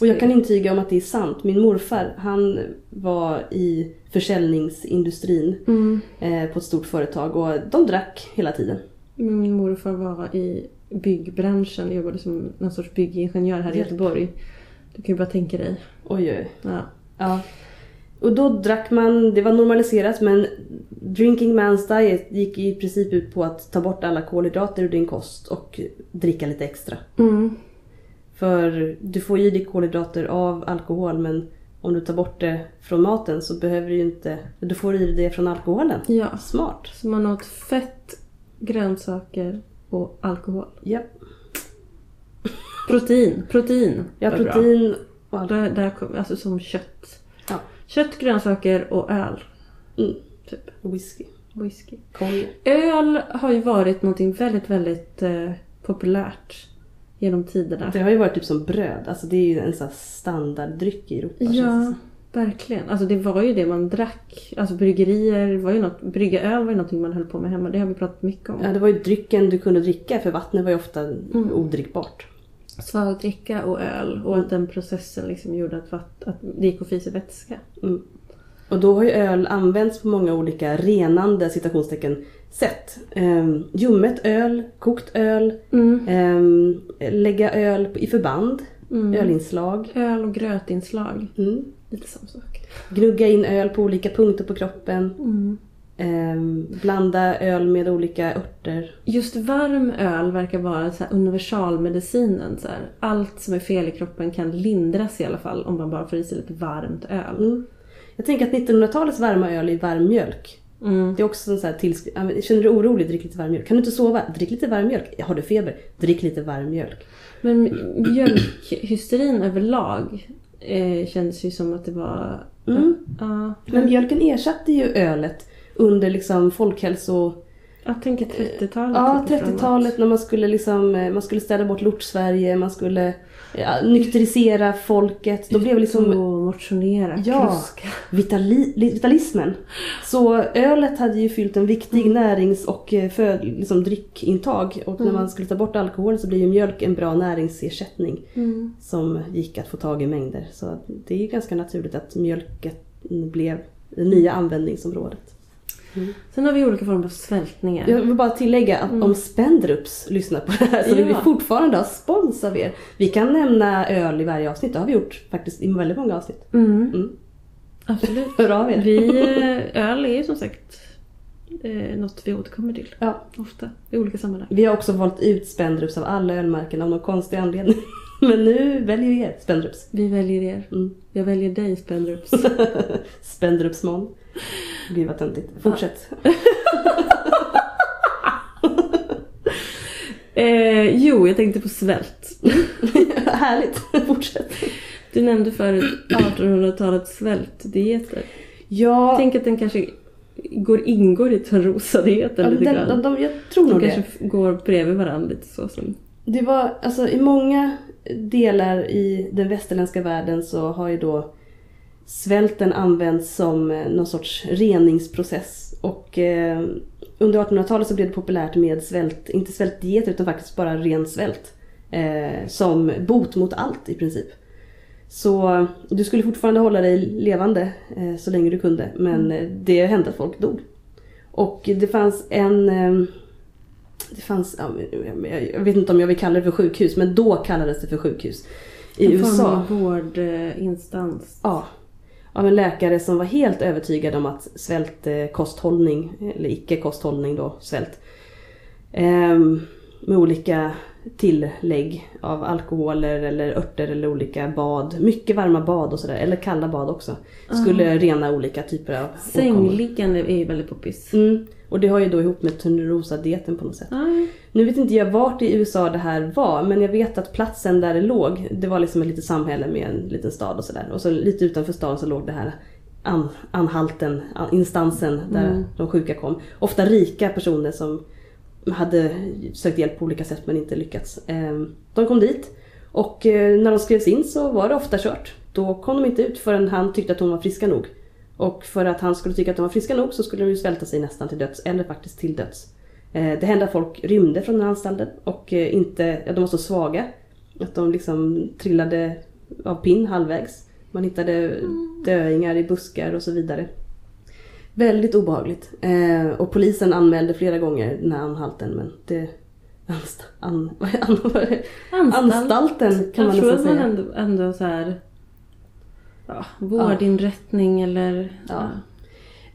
Speaker 1: Och jag kan intyga om att det är sant. Min morfar, han var i försäljningsindustrin
Speaker 2: Mm.
Speaker 1: eh, på ett stort företag och de drack hela tiden.
Speaker 2: Min morfar var i byggbranschen, jobbade som någon sorts byggingenjör här i
Speaker 1: Hjälp.
Speaker 2: Göteborg. Du kan ju bara tänka dig.
Speaker 1: Oj, oj.
Speaker 2: Ja.
Speaker 1: Ja. Och då drack man, det var normaliserat men drinking man's diet gick i princip ut på att ta bort alla kolhydrater ur din kost och dricka lite extra.
Speaker 2: Mm.
Speaker 1: För du får i dig kolhydrater av alkohol men om du tar bort det från maten så behöver du ju inte, du får i dig det från alkoholen.
Speaker 2: Ja.
Speaker 1: Smart.
Speaker 2: Så man åt fett, grönsaker och alkohol.
Speaker 1: Ja,
Speaker 2: Protein. Protein.
Speaker 1: ja
Speaker 2: var bra.
Speaker 1: protein och alkohol.
Speaker 2: Där, där kom, alltså som kött.
Speaker 1: Ja.
Speaker 2: Kött, grönsaker och öl.
Speaker 1: Mm.
Speaker 2: Typ.
Speaker 1: Whisky.
Speaker 2: Whisky.
Speaker 1: Konjak.
Speaker 2: Öl har ju varit någonting väldigt, väldigt eh, populärt genom tiderna.
Speaker 1: Det har ju varit typ som bröd. Alltså det är ju en sån här standarddryck i Europa. känns det
Speaker 2: Ja,
Speaker 1: som.
Speaker 2: verkligen. Alltså det var ju det man drack. Alltså bryggerier var ju något, brygga öl var ju någonting man höll på med hemma. Det har vi pratat mycket om.
Speaker 1: ja, det var ju drycken du kunde dricka för vattnet var ju ofta odrickbart.
Speaker 2: Svagdricka Alltså, och öl och att den processen liksom gjorde att, vatt, att det gick att få i sig vätska.
Speaker 1: Och då har ju öl använts på många olika renande citationstecken sätt. Ehm, ljummet öl, kokt öl,
Speaker 2: Mm.
Speaker 1: ehm, lägga öl i förband, ölinslag.
Speaker 2: Öl och grötinslag.
Speaker 1: Mm.
Speaker 2: Lite samma sak.
Speaker 1: Gnugga in öl på olika punkter på kroppen.
Speaker 2: Mm.
Speaker 1: Ehm, blanda öl med olika örter.
Speaker 2: Just varm öl verkar vara så här universalmedicinen. Så här. Allt som är fel i kroppen kan lindras i alla fall om man bara får i sig lite varmt öl.
Speaker 1: Mm. Jag tänker att 1900-talets varma öl är varm mjölk.
Speaker 2: Mm.
Speaker 1: Det är också en sån här tillskrivning. Känner du dig orolig? Drick lite varm mjölk. Kan du inte sova? Drick lite varm mjölk. Har du feber? Drick lite varm mjölk.
Speaker 2: Men mjölkhysterin överlag eh, kändes ju som att det var...
Speaker 1: Mm.
Speaker 2: Ja,
Speaker 1: Men mjölken ersatte ju ölet under liksom folkhälso...
Speaker 2: jag tänker 30-talet.
Speaker 1: Ja,
Speaker 2: lite framåt.
Speaker 1: 30-talet när man skulle, liksom, eh, man skulle städa bort lort-Sverige, man skulle eh, ja, nykterisera folket. Då blev liksom
Speaker 2: Och motionera,
Speaker 1: Ja.
Speaker 2: kruska.
Speaker 1: vitali, vitalismen. Så ölet hade ju fyllt en viktig
Speaker 2: Mm.
Speaker 1: närings och eh, för, liksom, dryckintag. Och
Speaker 2: Mm.
Speaker 1: när man skulle ta bort alkoholen så blir ju mjölk en bra näringsersättning.
Speaker 2: Mm.
Speaker 1: som gick att få tag i mängder. Så det är ju ganska naturligt att mjölket blev det nya användningsområdet.
Speaker 2: Sen har vi olika former av svältningar.
Speaker 1: Jag vill bara tillägga att om Spendrups lyssnar på det här så vill vi
Speaker 2: Ja.
Speaker 1: fortfarande ha spons av er. Vi kan nämna öl i varje avsnitt, det har vi gjort faktiskt i väldigt många avsnitt.
Speaker 2: Mm.
Speaker 1: Mm.
Speaker 2: Absolut.
Speaker 1: Hör av er!
Speaker 2: Vi, eh, öl är ju som sagt eh, något vi återkommer till
Speaker 1: Ja.
Speaker 2: ofta i olika sammanhang.
Speaker 1: Vi har också valt ut Spendrups av alla ölmärken av någon konstig anledning. Men nu väljer vi er, Spendrups.
Speaker 2: Vi väljer er.
Speaker 1: Mm.
Speaker 2: Jag väljer dig Spendrups.
Speaker 1: Spendrupsmon. Gud vad töntigt. Fortsätt.
Speaker 2: eh, jo, jag tänkte på svält.
Speaker 1: Härligt, fortsätt.
Speaker 2: Du nämnde förut 1800-talets svältdieter.
Speaker 1: Ja,
Speaker 2: Tänk att den kanske går, ingår i Törnrosadieten
Speaker 1: Ja,
Speaker 2: lite
Speaker 1: den, de,
Speaker 2: grann.
Speaker 1: de, jag tror
Speaker 2: De
Speaker 1: nog
Speaker 2: kanske
Speaker 1: det.
Speaker 2: f- går bredvid varandra lite så som...
Speaker 1: Det var, alltså i många delar i den västerländska världen så har ju då svälten använts som eh, någon sorts reningsprocess. Och eh, under 1800-talet så blev det populärt med svält, inte svältdieter utan faktiskt bara ren svält. Eh, som bot mot allt i princip. Så eh, du skulle fortfarande hålla dig levande eh, så länge du kunde
Speaker 2: Mm.
Speaker 1: men eh, det hände att folk dog. Och det fanns en... eh, Det fanns, ja, men jag- jag vet inte om jag vill kalla det för sjukhus men då kallades det för sjukhus. I
Speaker 2: en
Speaker 1: USA.
Speaker 2: form av vårdinstans.
Speaker 1: Ja. Av en läkare som var helt övertygad om att svältkosthållning, eller icke-kosthållning då, svält. ehm, med olika tillägg av alkoholer eller örter eller olika bad. Mycket varma bad och sådär, eller kalla bad också. Skulle rena olika typer av åkommor.
Speaker 2: Sängliggande är ju väldigt poppis.
Speaker 1: Mm. Och det har ju då ihop med Törnrosadieten på något sätt.
Speaker 2: Ja,
Speaker 1: Nu vet inte jag vart i USA det här var men jag vet att platsen där det låg, det var liksom ett litet samhälle med en liten stad och sådär. Och så lite utanför staden så låg det här an, anhalten, an, instansen där de sjuka kom. Ofta rika personer som hade sökt hjälp på olika sätt men inte lyckats. Ehm, De kom dit och eh, när de skrevs in så var det ofta kört. Då kom de inte ut förrän han tyckte att de var friska nog. Och för att han skulle tycka att de var friska nog så skulle de ju svälta sig nästan till döds eller faktiskt till döds. Eh, Det hände att folk rymde från den här anstalten och eh, inte, ja, de var så svaga att de liksom trillade av pinn halvvägs. Man hittade döingar i buskar och så vidare. Väldigt obehagligt. Eh, och polisen anmälde flera gånger den här anhalten men det... Anst, an, vad är, an, vad är det?
Speaker 2: Anstalt.
Speaker 1: Anstalten kan
Speaker 2: jag
Speaker 1: man
Speaker 2: tror
Speaker 1: nästan
Speaker 2: att
Speaker 1: säga.
Speaker 2: man ändå, ändå så här ja, vårdinrättning eller...
Speaker 1: Ja.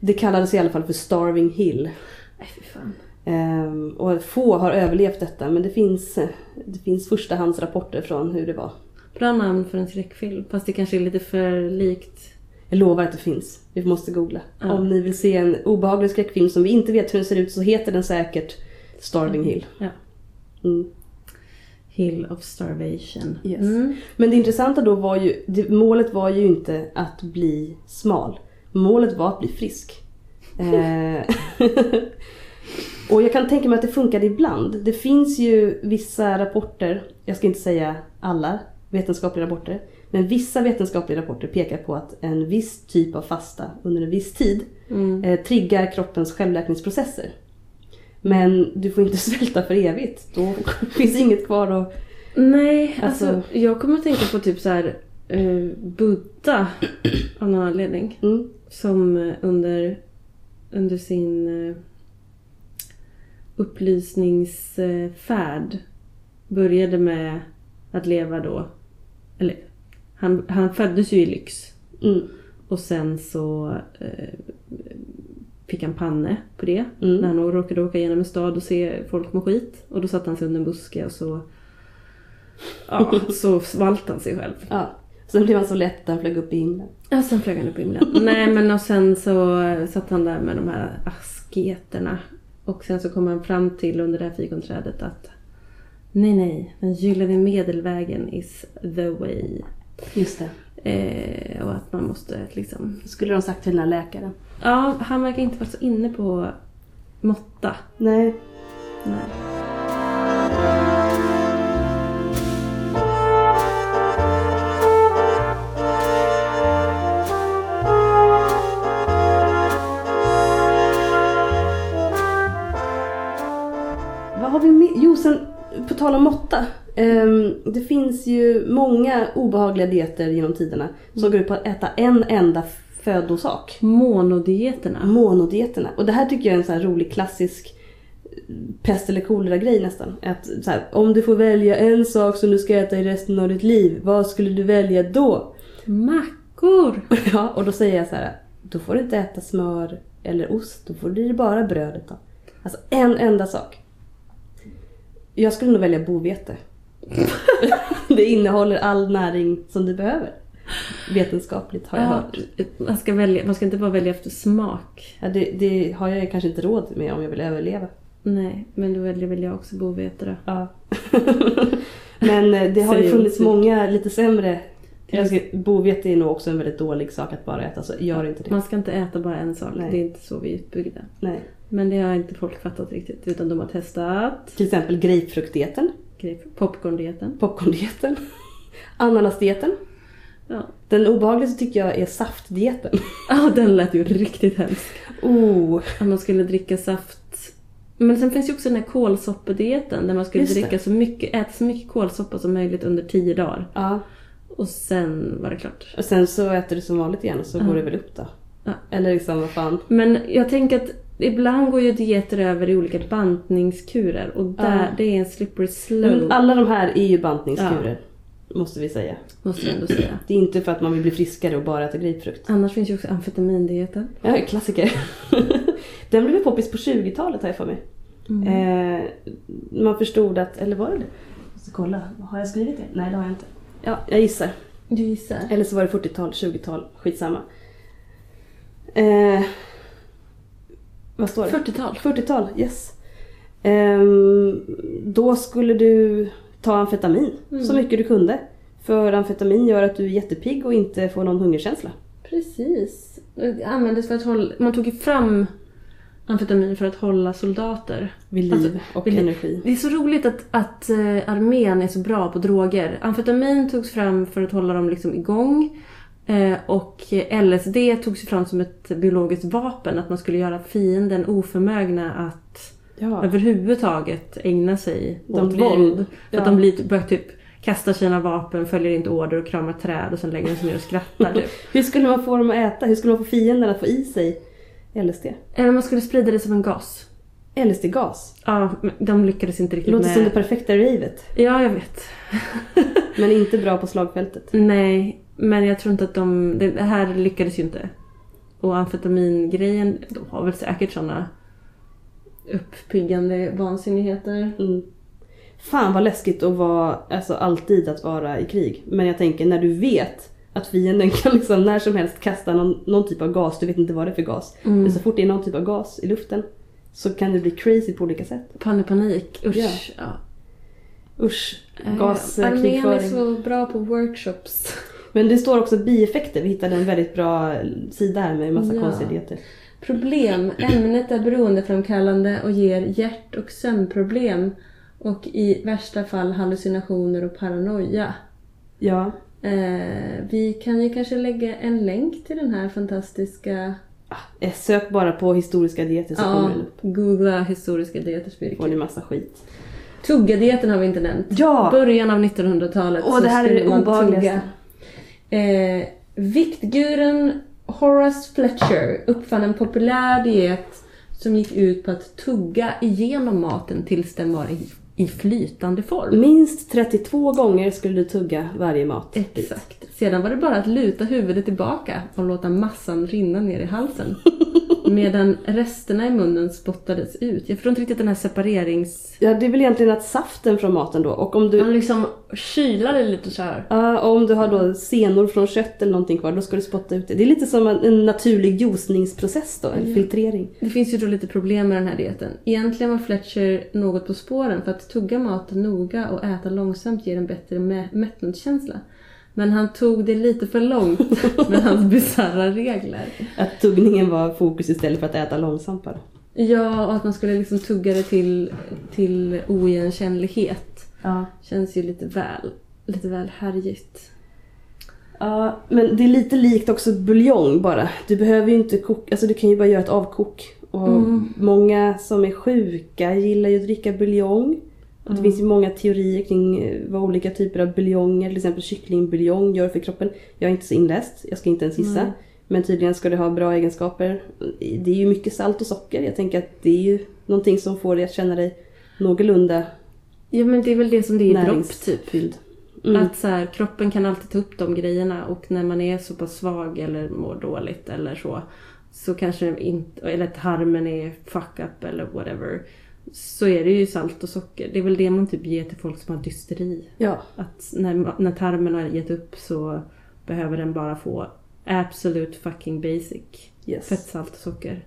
Speaker 1: Det kallades i alla fall för Starving Hill.
Speaker 2: Nej, fy fan.
Speaker 1: Ehm, och få har överlevt detta men det finns, eh, det finns förstahandsrapporter från hur det var.
Speaker 2: Bra namn för en skräckfilm. Fast det kanske är lite för likt.
Speaker 1: Jag lovar att det finns. Vi måste googla. Om ni vill se en obehaglig skräckfilm som vi inte vet hur den ser ut så heter den säkert Starving Hill.
Speaker 2: Ja.
Speaker 1: Mm.
Speaker 2: Hill of Starvation.
Speaker 1: Yes.
Speaker 2: Mm.
Speaker 1: Men det intressanta då var ju, det, målet var ju inte att bli smal. Målet var att bli frisk. Eh, och jag kan tänka mig att det funkade ibland. Det finns ju vissa rapporter, jag ska inte säga alla vetenskapliga rapporter, men vissa vetenskapliga rapporter pekar på att en viss typ av fasta under en viss tid
Speaker 2: Mm.
Speaker 1: eh, triggar kroppens självläkningsprocesser. Men du får inte svälta för evigt. Då finns inget kvar att...
Speaker 2: Nej, alltså,
Speaker 1: Alltså-
Speaker 2: jag kommer att tänka på typ så här eh, Buddha av någon anledning.
Speaker 1: Mm.
Speaker 2: Som eh, under, under sin eh, upplysningsfärd började med att leva då. Eller, han, han föddes ju i lyx.
Speaker 1: Mm.
Speaker 2: Och sen så eh, fick han panne på det.
Speaker 1: Mm.
Speaker 2: När han råkade åka genom en stad och se folk må skit. Och då satte han sig under en buske och så, ja, så svalt han sig själv.
Speaker 1: Ja. Sen blev han så lätt att han flög upp i himlen.
Speaker 2: Ja, sen flög han upp i himlen. Nej, men och sen så satt han där med de här asketerna. Och sen så kom han fram till under det här fikonträdet att nej, nej, den gyllene medelvägen is the way.
Speaker 1: Just det.
Speaker 2: Eh, och att man måste liksom...
Speaker 1: Skulle de sagt till den här läkaren.
Speaker 2: Ja, han verkar inte vara så inne på måtta.
Speaker 1: Nej.
Speaker 2: Nej.
Speaker 1: Vad har vi med? Jo, sen på tal om måtta. Ehm, det finns ju många obehagliga dieter genom tiderna som går ut på att äta en enda födosak.
Speaker 2: Monodieterna.
Speaker 1: Monodieterna. Och det här tycker jag är en sån här rolig klassisk eh, pest eller kolera-grej nästan. Att så här, om du får välja en sak som du ska äta i resten av ditt liv, vad skulle du välja då?
Speaker 2: Mackor!
Speaker 1: Ja, och då säger jag så här. Då får du inte äta smör eller ost. Då får du bara brödet då. Alltså en enda sak. Jag skulle nog välja bovete. det innehåller all näring som du behöver. Vetenskapligt har jag hört.
Speaker 2: Man ska, välja, man ska inte bara välja efter smak.
Speaker 1: Ja, det, det har jag kanske inte råd med om jag vill överleva.
Speaker 2: Nej, men då väljer väl jag också bovete då.
Speaker 1: Ja. Men eh, det har ju
Speaker 2: Säger
Speaker 1: funnits
Speaker 2: hon.
Speaker 1: många lite sämre. Jag ska, bovete är nog också en väldigt dålig sak att bara äta så gör inte det.
Speaker 2: Man ska inte äta bara en sak,
Speaker 1: Nej.
Speaker 2: det är inte så vi är utbyggda.
Speaker 1: Nej.
Speaker 2: Men det har inte folk fattat riktigt, utan de har testat
Speaker 1: Till exempel grapefruktdieten.
Speaker 2: grape- popcorndieten.
Speaker 1: popcorndieten, ananasdieten.
Speaker 2: Ja.
Speaker 1: Den obehagligaste tycker jag är saftdieten.
Speaker 2: Ah, den lät ju riktigt hemsk.
Speaker 1: Oh,
Speaker 2: Att man skulle dricka saft. Men sen finns ju också den här kolsoppedieten där man skulle
Speaker 1: Just det.
Speaker 2: dricka så mycket, äta så mycket kolsoppa som möjligt under tio dagar.
Speaker 1: ja.
Speaker 2: Och sen var det klart.
Speaker 1: Och sen så äter du som vanligt igen och så går det väl upp då.
Speaker 2: Ja.
Speaker 1: Eller liksom vad fan.
Speaker 2: Men jag tänker att ibland går ju dieter över i olika bantningskurer och där,
Speaker 1: Ja.
Speaker 2: det är en slippery
Speaker 1: Men
Speaker 2: slope
Speaker 1: alla de här är ju bantningskurer. Måste vi säga.
Speaker 2: måste jag ändå säga.
Speaker 1: Det är inte för att man vill bli friskare och bara äta grapefrukt.
Speaker 2: Annars finns ju också amfetamindieten.
Speaker 1: Ja, en klassiker. Den blev ju poppis på 20-talet har jag för mig. Eh, man förstod att, eller var det det? Jag ska kolla, har jag skrivit det? Nej det har jag inte. Ja, jag gissar.
Speaker 2: Du gissar?
Speaker 1: Eller så var det 40-tal, 20-tal, skitsamma. Eh, vad står det?
Speaker 2: 40-tal.
Speaker 1: 40-tal, yes. Ehm, då skulle du ta amfetamin så mycket du kunde. För amfetamin gör att du är jättepigg och inte får någon hungerkänsla.
Speaker 2: Precis. Det användes för att hålla, man tog ju fram amfetamin för att hålla soldater
Speaker 1: Vid liv och
Speaker 2: vid liv.
Speaker 1: energi.
Speaker 2: Det är så roligt att, att eh, armén är så bra på droger. Amfetamin togs fram för att hålla dem liksom igång. Eh, Och LSD togs ju fram som ett biologiskt vapen. Att man skulle göra fienden oförmögna att
Speaker 1: Ja.
Speaker 2: överhuvudtaget ägna sig
Speaker 1: De
Speaker 2: åt
Speaker 1: blir-
Speaker 2: våld. För
Speaker 1: ja.
Speaker 2: Att de blir, typ- börjar typ kasta sina vapen, följer inte order och kramar träd och sen lägger de sig ner och skrattar typ.
Speaker 1: Hur skulle man få dem att äta? Hur skulle man få fienden att få i sig LSD?
Speaker 2: Eller man skulle sprida det som en gas.
Speaker 1: LSD-gas.
Speaker 2: Ja, men de lyckades inte
Speaker 1: Det
Speaker 2: riktigt
Speaker 1: låter
Speaker 2: med...
Speaker 1: som det perfekta ravet.
Speaker 2: Ja, jag vet.
Speaker 1: Men inte bra på slagfältet.
Speaker 2: Nej, men jag tror inte att de... Det här lyckades ju inte. Och amfetamingrejen, de har väl säkert sådana uppiggande vansinnigheter.
Speaker 1: Mm. Fan vad läskigt att vara, alltså alltid att vara i krig. Men jag tänker när du vet att fienden kan liksom när som helst kasta någon, någon typ av gas, du vet inte vad det är för gas.
Speaker 2: Mm.
Speaker 1: Men så fort det är någon typ av gas i luften så kan det bli crazy på olika sätt.
Speaker 2: Pan- panik, usch.
Speaker 1: Ja.
Speaker 2: Ja.
Speaker 1: Usch,
Speaker 2: Eh, Armén är
Speaker 1: gaskrigföring.
Speaker 2: så bra på workshops.
Speaker 1: Men det står också bieffekter, vi hittade en väldigt bra sida här med en massa
Speaker 2: Ja.
Speaker 1: konstigheter.
Speaker 2: Problem. Ämnet är beroendeframkallande och ger hjärt och sömnproblem och i värsta fall hallucinationer och paranoia.
Speaker 1: Ja,
Speaker 2: Eh, vi kan ju kanske lägga en länk till den här fantastiska...
Speaker 1: Eh, Sök bara på historiska dieter så kommer den upp.
Speaker 2: googla
Speaker 1: Får
Speaker 2: historiska
Speaker 1: ni
Speaker 2: dietersbyrken.
Speaker 1: massa skit.
Speaker 2: Tuggadieten har vi inte nämnt.
Speaker 1: Ja!
Speaker 2: Början av 1900-talet
Speaker 1: Åh, det här är
Speaker 2: skulle
Speaker 1: det
Speaker 2: man
Speaker 1: obehagligaste.
Speaker 2: tugga. Eh, viktguren Horace Fletcher uppfann en populär diet som gick ut på att tugga igenom maten tills den var i, i flytande form.
Speaker 1: Minst 32 gånger skulle du tugga varje mat.
Speaker 2: Exakt. Sedan var det bara att luta huvudet tillbaka och låta massan rinna ner i halsen. Medan resterna i munnen spottades ut. Jag förstår inte riktigt den här separerings...
Speaker 1: Ja, det är väl egentligen att saften från maten då. Och om du,
Speaker 2: Man liksom kylade lite så här.
Speaker 1: ja, och om du har då senor från kött eller någonting kvar, då ska du spotta ut det. Det är lite som en, en naturlig juicningsprocess då, en filtrering.
Speaker 2: Det finns ju då lite problem med den här dieten. Egentligen var Fletcher något på spåren för att tugga maten noga och äta långsamt ger en bättre mä- mättnadskänsla. Men han tog det lite för långt med hans bisarra regler.
Speaker 1: Att tuggningen var fokus istället för att äta långsamt bara.
Speaker 2: Ja, och att man skulle liksom tugga det till, till oigenkännlighet.
Speaker 1: Ja.
Speaker 2: Känns ju lite väl, lite väl härjigt.
Speaker 1: Ja, men det är lite likt också buljong bara. Du behöver ju inte koka, alltså du kan ju bara göra ett avkok. Och
Speaker 2: Mm.
Speaker 1: Många som är sjuka gillar ju att dricka buljong. Och det
Speaker 2: Mm.
Speaker 1: finns ju många teorier kring eh, vad olika typer av buljonger, till exempel kycklingbuljong, gör för kroppen. Jag är inte så inläst, jag ska inte ens gissa. Men tydligen ska det ha bra egenskaper. Det är ju mycket salt och socker. Jag tänker att det är ju någonting som får dig att känna dig någorlunda
Speaker 2: Ja, men det är väl det som det är i dropp typ.
Speaker 1: näringsfylld. Mm.
Speaker 2: Att så här, kroppen kan alltid ta upp de grejerna och när man är så pass svag eller mår dåligt eller så. Så kanske det inte, eller att tarmen är fuck up eller whatever. Så är det ju salt och socker. Det är väl det man typ ger till folk som har dysteri.
Speaker 1: Ja.
Speaker 2: Att när, när tarmen har gett upp så behöver den bara få absolut fucking basic.
Speaker 1: Yes.
Speaker 2: Fett, salt och socker.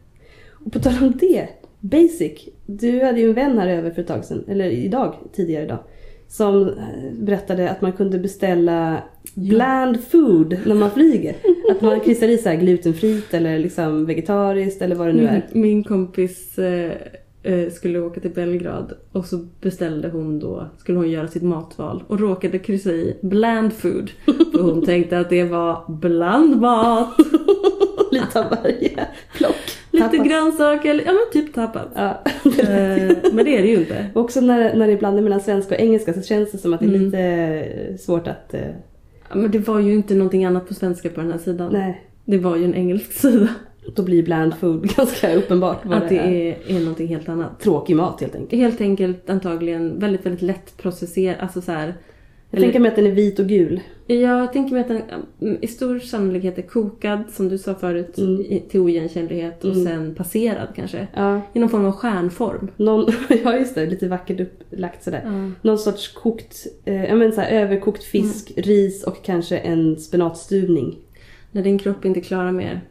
Speaker 1: Och på tal om det, basic. Du hade ju en vän här över för ett tag sedan, eller idag, tidigare idag. Som eh, berättade att man kunde beställa bland food när man flyger. Att man kryssar i så här glutenfritt eller liksom vegetariskt eller vad det nu
Speaker 2: Min,
Speaker 1: är.
Speaker 2: min kompis eh, eh, skulle åka till Belgrad och så beställde hon då, skulle hon göra sitt matval och råkade kryssa i bland food. För hon tänkte att det var bland mat.
Speaker 1: Lite av varje plock.
Speaker 2: Lite
Speaker 1: Tapas.
Speaker 2: grönsaker, eller- ja men typ tappat.
Speaker 1: Ja, det lät
Speaker 2: Eh, men det är det ju inte.
Speaker 1: Och också när, när det är blandat mellan svenska och engelska så känns det som att det är
Speaker 2: Mm.
Speaker 1: lite eh, svårt att... eh,
Speaker 2: Ja, Men det var ju inte någonting annat på svenska på den här sidan.
Speaker 1: Nej,
Speaker 2: Det var ju en engelsk sida.
Speaker 1: då blir bland food ganska uppenbart vad
Speaker 2: Att det är, är någonting helt annat.
Speaker 1: Tråkig mat helt enkelt.
Speaker 2: Helt enkelt antagligen väldigt, väldigt lätt processerad, alltså så här.
Speaker 1: Jag tänker mig att den är vit och gul.
Speaker 2: Jag tänker mig att den mm, i stor sannolikhet är kokad, som du sa förut,
Speaker 1: Mm.
Speaker 2: i, till oigenkännlighet och
Speaker 1: Mm.
Speaker 2: sen passerad kanske.
Speaker 1: Ja.
Speaker 2: I någon form av stjärnform.
Speaker 1: Någon, ja just det, lite vackert upplagt sådär. Någon sorts kokt, eh, ja men så här, överkokt fisk,
Speaker 2: Mm.
Speaker 1: ris och kanske en spenatstuvning.
Speaker 2: När din kropp inte klarar mer,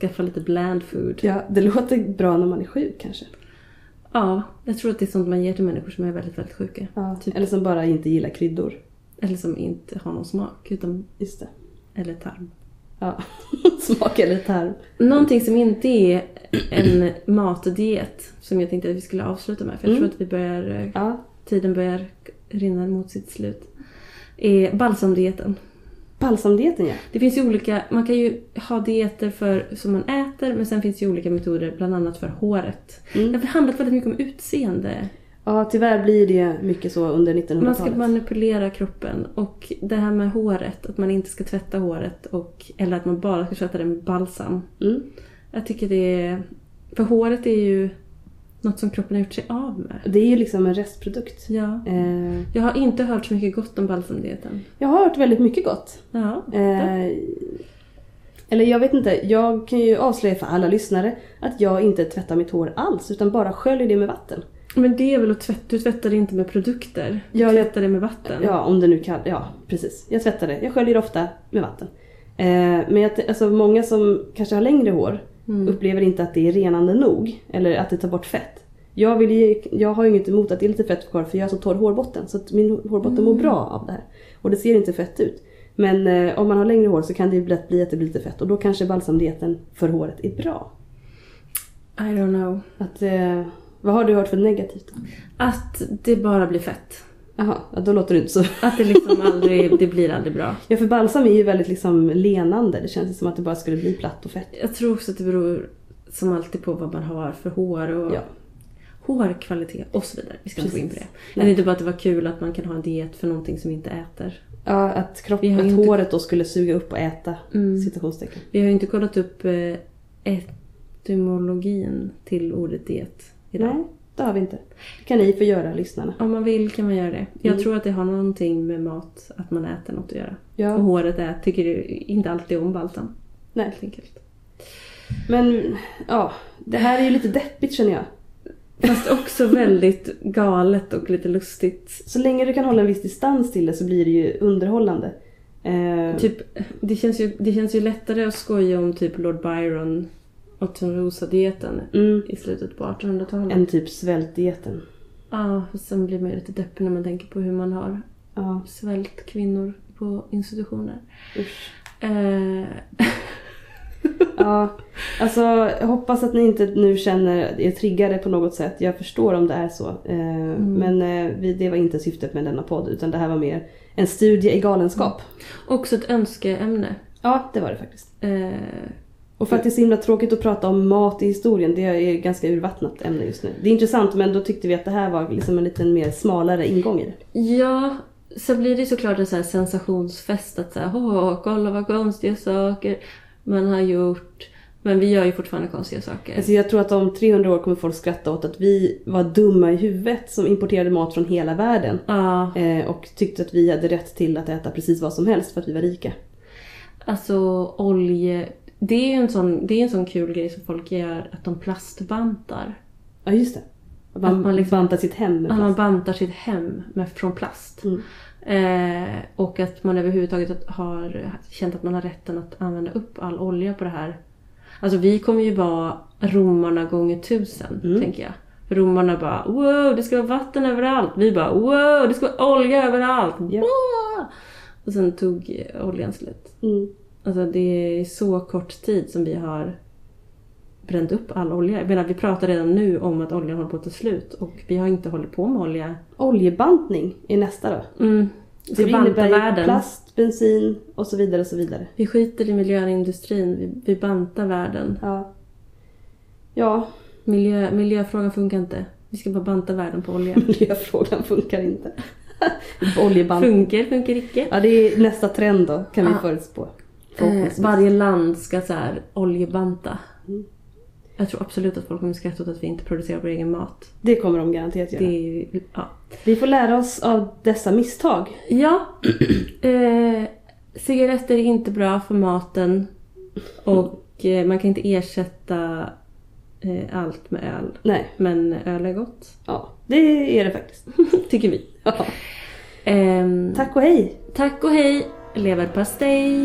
Speaker 2: skaffa lite bland food. Ja.
Speaker 1: Ja, det låter bra när man är sjuk kanske.
Speaker 2: jag tror att det är sånt man ger till människor som är väldigt, väldigt sjuka.
Speaker 1: Ja,
Speaker 2: Typ.
Speaker 1: Eller som bara inte gillar kryddor.
Speaker 2: Eller som inte har någon smak, utan,
Speaker 1: Just det.
Speaker 2: eller tarm.
Speaker 1: Ja. Smak eller tarm.
Speaker 2: Någonting som inte är en matdiet, som jag tänkte att vi skulle avsluta med, för jag
Speaker 1: Mm.
Speaker 2: tror att vi börjar, eh,
Speaker 1: Ja.
Speaker 2: tiden börjar rinna mot sitt slut, är balsamdieten.
Speaker 1: Balsamdieten ja.
Speaker 2: Det finns ju olika, man kan ju ha dieter för, som man äter men sen finns ju olika metoder bland annat för håret.
Speaker 1: Mm.
Speaker 2: Det har handlat väldigt mycket om utseende.
Speaker 1: Ja, tyvärr blir det mycket så under
Speaker 2: Man ska
Speaker 1: 1900-talet.
Speaker 2: manipulera kroppen och det här med håret, att man inte ska tvätta håret och, eller att man bara ska tvätta det med balsam.
Speaker 1: Mm.
Speaker 2: Jag tycker det är, för håret är ju Något som kroppen har gjort sig av med.
Speaker 1: Det är ju liksom en restprodukt.
Speaker 2: Ja.
Speaker 1: Eh,
Speaker 2: Jag har inte hört så mycket gott om balsamdieten.
Speaker 1: jag har hört väldigt mycket gott.
Speaker 2: Ja.
Speaker 1: Eh, eller jag vet inte, jag kan ju avslöja för alla lyssnare att jag inte tvättar mitt hår alls utan bara sköljer det med vatten.
Speaker 2: Men det är väl att tvätta, du tvättar det inte med produkter. Du
Speaker 1: Ja, jag-
Speaker 2: tvättar det med vatten.
Speaker 1: Ja, om det nu kan. Ja, precis. Jag tvättar det. Jag sköljer ofta med vatten. Eh, men jag, alltså, många som kanske har längre hår upplever inte att det är renande nog. Eller att det tar bort fett. Jag, vill ju, jag har ju inget emot att det är lite fett kvar för jag har så torr hårbotten. Så att min hårbotten mår bra av det här. Och det ser inte fett ut. Men eh, om man har längre hår så kan det ju lätt bli att det blir lite fett. Och då kanske balsamdieten för håret är bra.
Speaker 2: I don't know.
Speaker 1: Att, eh, vad har du hört för negativt? då?
Speaker 2: Att det bara blir fett.
Speaker 1: Jaha, ja, då låter det inte så
Speaker 2: Att det liksom aldrig, det blir aldrig bra.
Speaker 1: Ja för balsam är ju väldigt liksom lenande. Det känns ju som att det bara skulle bli platt och fett.
Speaker 2: Jag tror också att det beror som alltid på vad man har för hår och
Speaker 1: Ja.
Speaker 2: hårkvalitet och så vidare. Vi ska inte gå in på
Speaker 1: Precis.
Speaker 2: det.
Speaker 1: Nej.
Speaker 2: Jag tyckte bara att det var kul att man kan ha en diet för någonting som vi inte äter.
Speaker 1: Ja, att, Mm. kropp,
Speaker 2: Vi har
Speaker 1: att
Speaker 2: ju inte-
Speaker 1: håret då skulle suga upp och äta. Citationstecken.
Speaker 2: Vi har ju inte kollat upp eh, etymologin till ordet diet idag.
Speaker 1: Nej, det har vi inte. Det kan ni få göra, lyssnarna.
Speaker 2: Om man vill kan man göra det. Jag
Speaker 1: Mm.
Speaker 2: tror att det har någonting med mat, att man äter något att göra. Och
Speaker 1: Ja,
Speaker 2: håret är, tycker ju inte alltid om balsam.
Speaker 1: nej.
Speaker 2: Helt enkelt.
Speaker 1: Men ja, det här är ju lite deppigt känner jag.
Speaker 2: Fast också väldigt galet och lite lustigt.
Speaker 1: Så länge du kan hålla en viss distans till det så blir det ju underhållande. Eh,
Speaker 2: Typ, det, känns ju, det känns ju lättare att skoja om typ Lord Byron och Törnrosadieten
Speaker 1: mm,
Speaker 2: i slutet på 1800-talet.
Speaker 1: en typ svältdieten.
Speaker 2: Ja, och sen blir man ju lite deppig när man tänker på hur man har
Speaker 1: Ja,
Speaker 2: svält kvinnor på institutioner.
Speaker 1: usch.
Speaker 2: Eh,
Speaker 1: Ja, alltså jag hoppas att ni inte nu känner er triggade på något sätt. Jag förstår om det är så. Eh, Men eh, vi, det var inte syftet med denna podd utan det här var mer en studie i galenskap.
Speaker 2: också ett önskeämne.
Speaker 1: Mm. Ja, det var det faktiskt.
Speaker 2: Eh,
Speaker 1: Och för att det är så himla tråkigt att prata om mat i historien, det är ett ganska urvattnat ämne just nu. Det är intressant men då tyckte vi att det här var liksom en liten mer smalare ingång i det.
Speaker 2: Ja, sen blir det ju såklart en så här sensationsfest att så här, Åh, kolla vad konstiga saker man har gjort. Men vi gör ju fortfarande konstiga saker.
Speaker 1: Alltså jag tror att om 300 år kommer folk skratta åt att vi var dumma i huvudet som importerade mat från hela världen.
Speaker 2: Ja,
Speaker 1: Eh, och tyckte att vi hade rätt till att äta precis vad som helst för att vi var rika.
Speaker 2: alltså olje... Det är ju en sån, det är en sån kul grej som folk gör, att de plastbantar.
Speaker 1: Ja just det. Att man,
Speaker 2: Att man liksom-
Speaker 1: bantar sitt hem med
Speaker 2: Att man
Speaker 1: plast.
Speaker 2: bantar sitt hem med, från plast.
Speaker 1: Mm.
Speaker 2: Eh, och att man överhuvudtaget har känt att man har rätten att använda upp all olja på det här. Alltså vi kommer ju vara romarna gånger tusen,
Speaker 1: Mm.
Speaker 2: tänker jag. För romarna bara wow, det ska vara vatten överallt. Vi bara wow, det ska vara olja överallt.
Speaker 1: Ja.
Speaker 2: Wow! Och sen tog oljan slut.
Speaker 1: Mm.
Speaker 2: Alltså det är så kort tid som vi har bränt upp all olja. Jag menar, vi pratar redan nu om att oljan håller på att ta slut och vi har inte hållit på med olja.
Speaker 1: Oljebantning är nästa då.
Speaker 2: Mm.
Speaker 1: Det
Speaker 2: Så banta
Speaker 1: innebär ju
Speaker 2: världen.
Speaker 1: plast, bensin och så vidare och så vidare.
Speaker 2: Vi skiter i miljöindustrin, vi, vi bantar världen.
Speaker 1: Ja. Ja,
Speaker 2: Miljö, miljöfrågan funkar inte. Vi ska bara banta världen på olja.
Speaker 1: miljöfrågan funkar inte. Oljebantning.
Speaker 2: Funkar, funkar icke.
Speaker 1: Ja, det är nästa trend då, kan vi
Speaker 2: Ja.
Speaker 1: förutspå.
Speaker 2: Eh,
Speaker 1: Förhoppningsvis. Mm.
Speaker 2: varje land ska så här oljebanta. Jag tror absolut att folk kommer skratta åt att vi inte producerar vår egen mat.
Speaker 1: Det kommer de garanterat
Speaker 2: Det
Speaker 1: göra.
Speaker 2: är ju, ja.
Speaker 1: Vi får lära oss av dessa misstag.
Speaker 2: Ja. Eh, cigaretter är inte bra för maten. Och eh, man kan inte ersätta eh, allt med öl.
Speaker 1: Nej,
Speaker 2: Men öl är gott,
Speaker 1: ja, det är det faktiskt.
Speaker 2: tycker vi.
Speaker 1: Ja.
Speaker 2: Ehm,
Speaker 1: Tack och hej!
Speaker 2: tack och hej, leverpastej!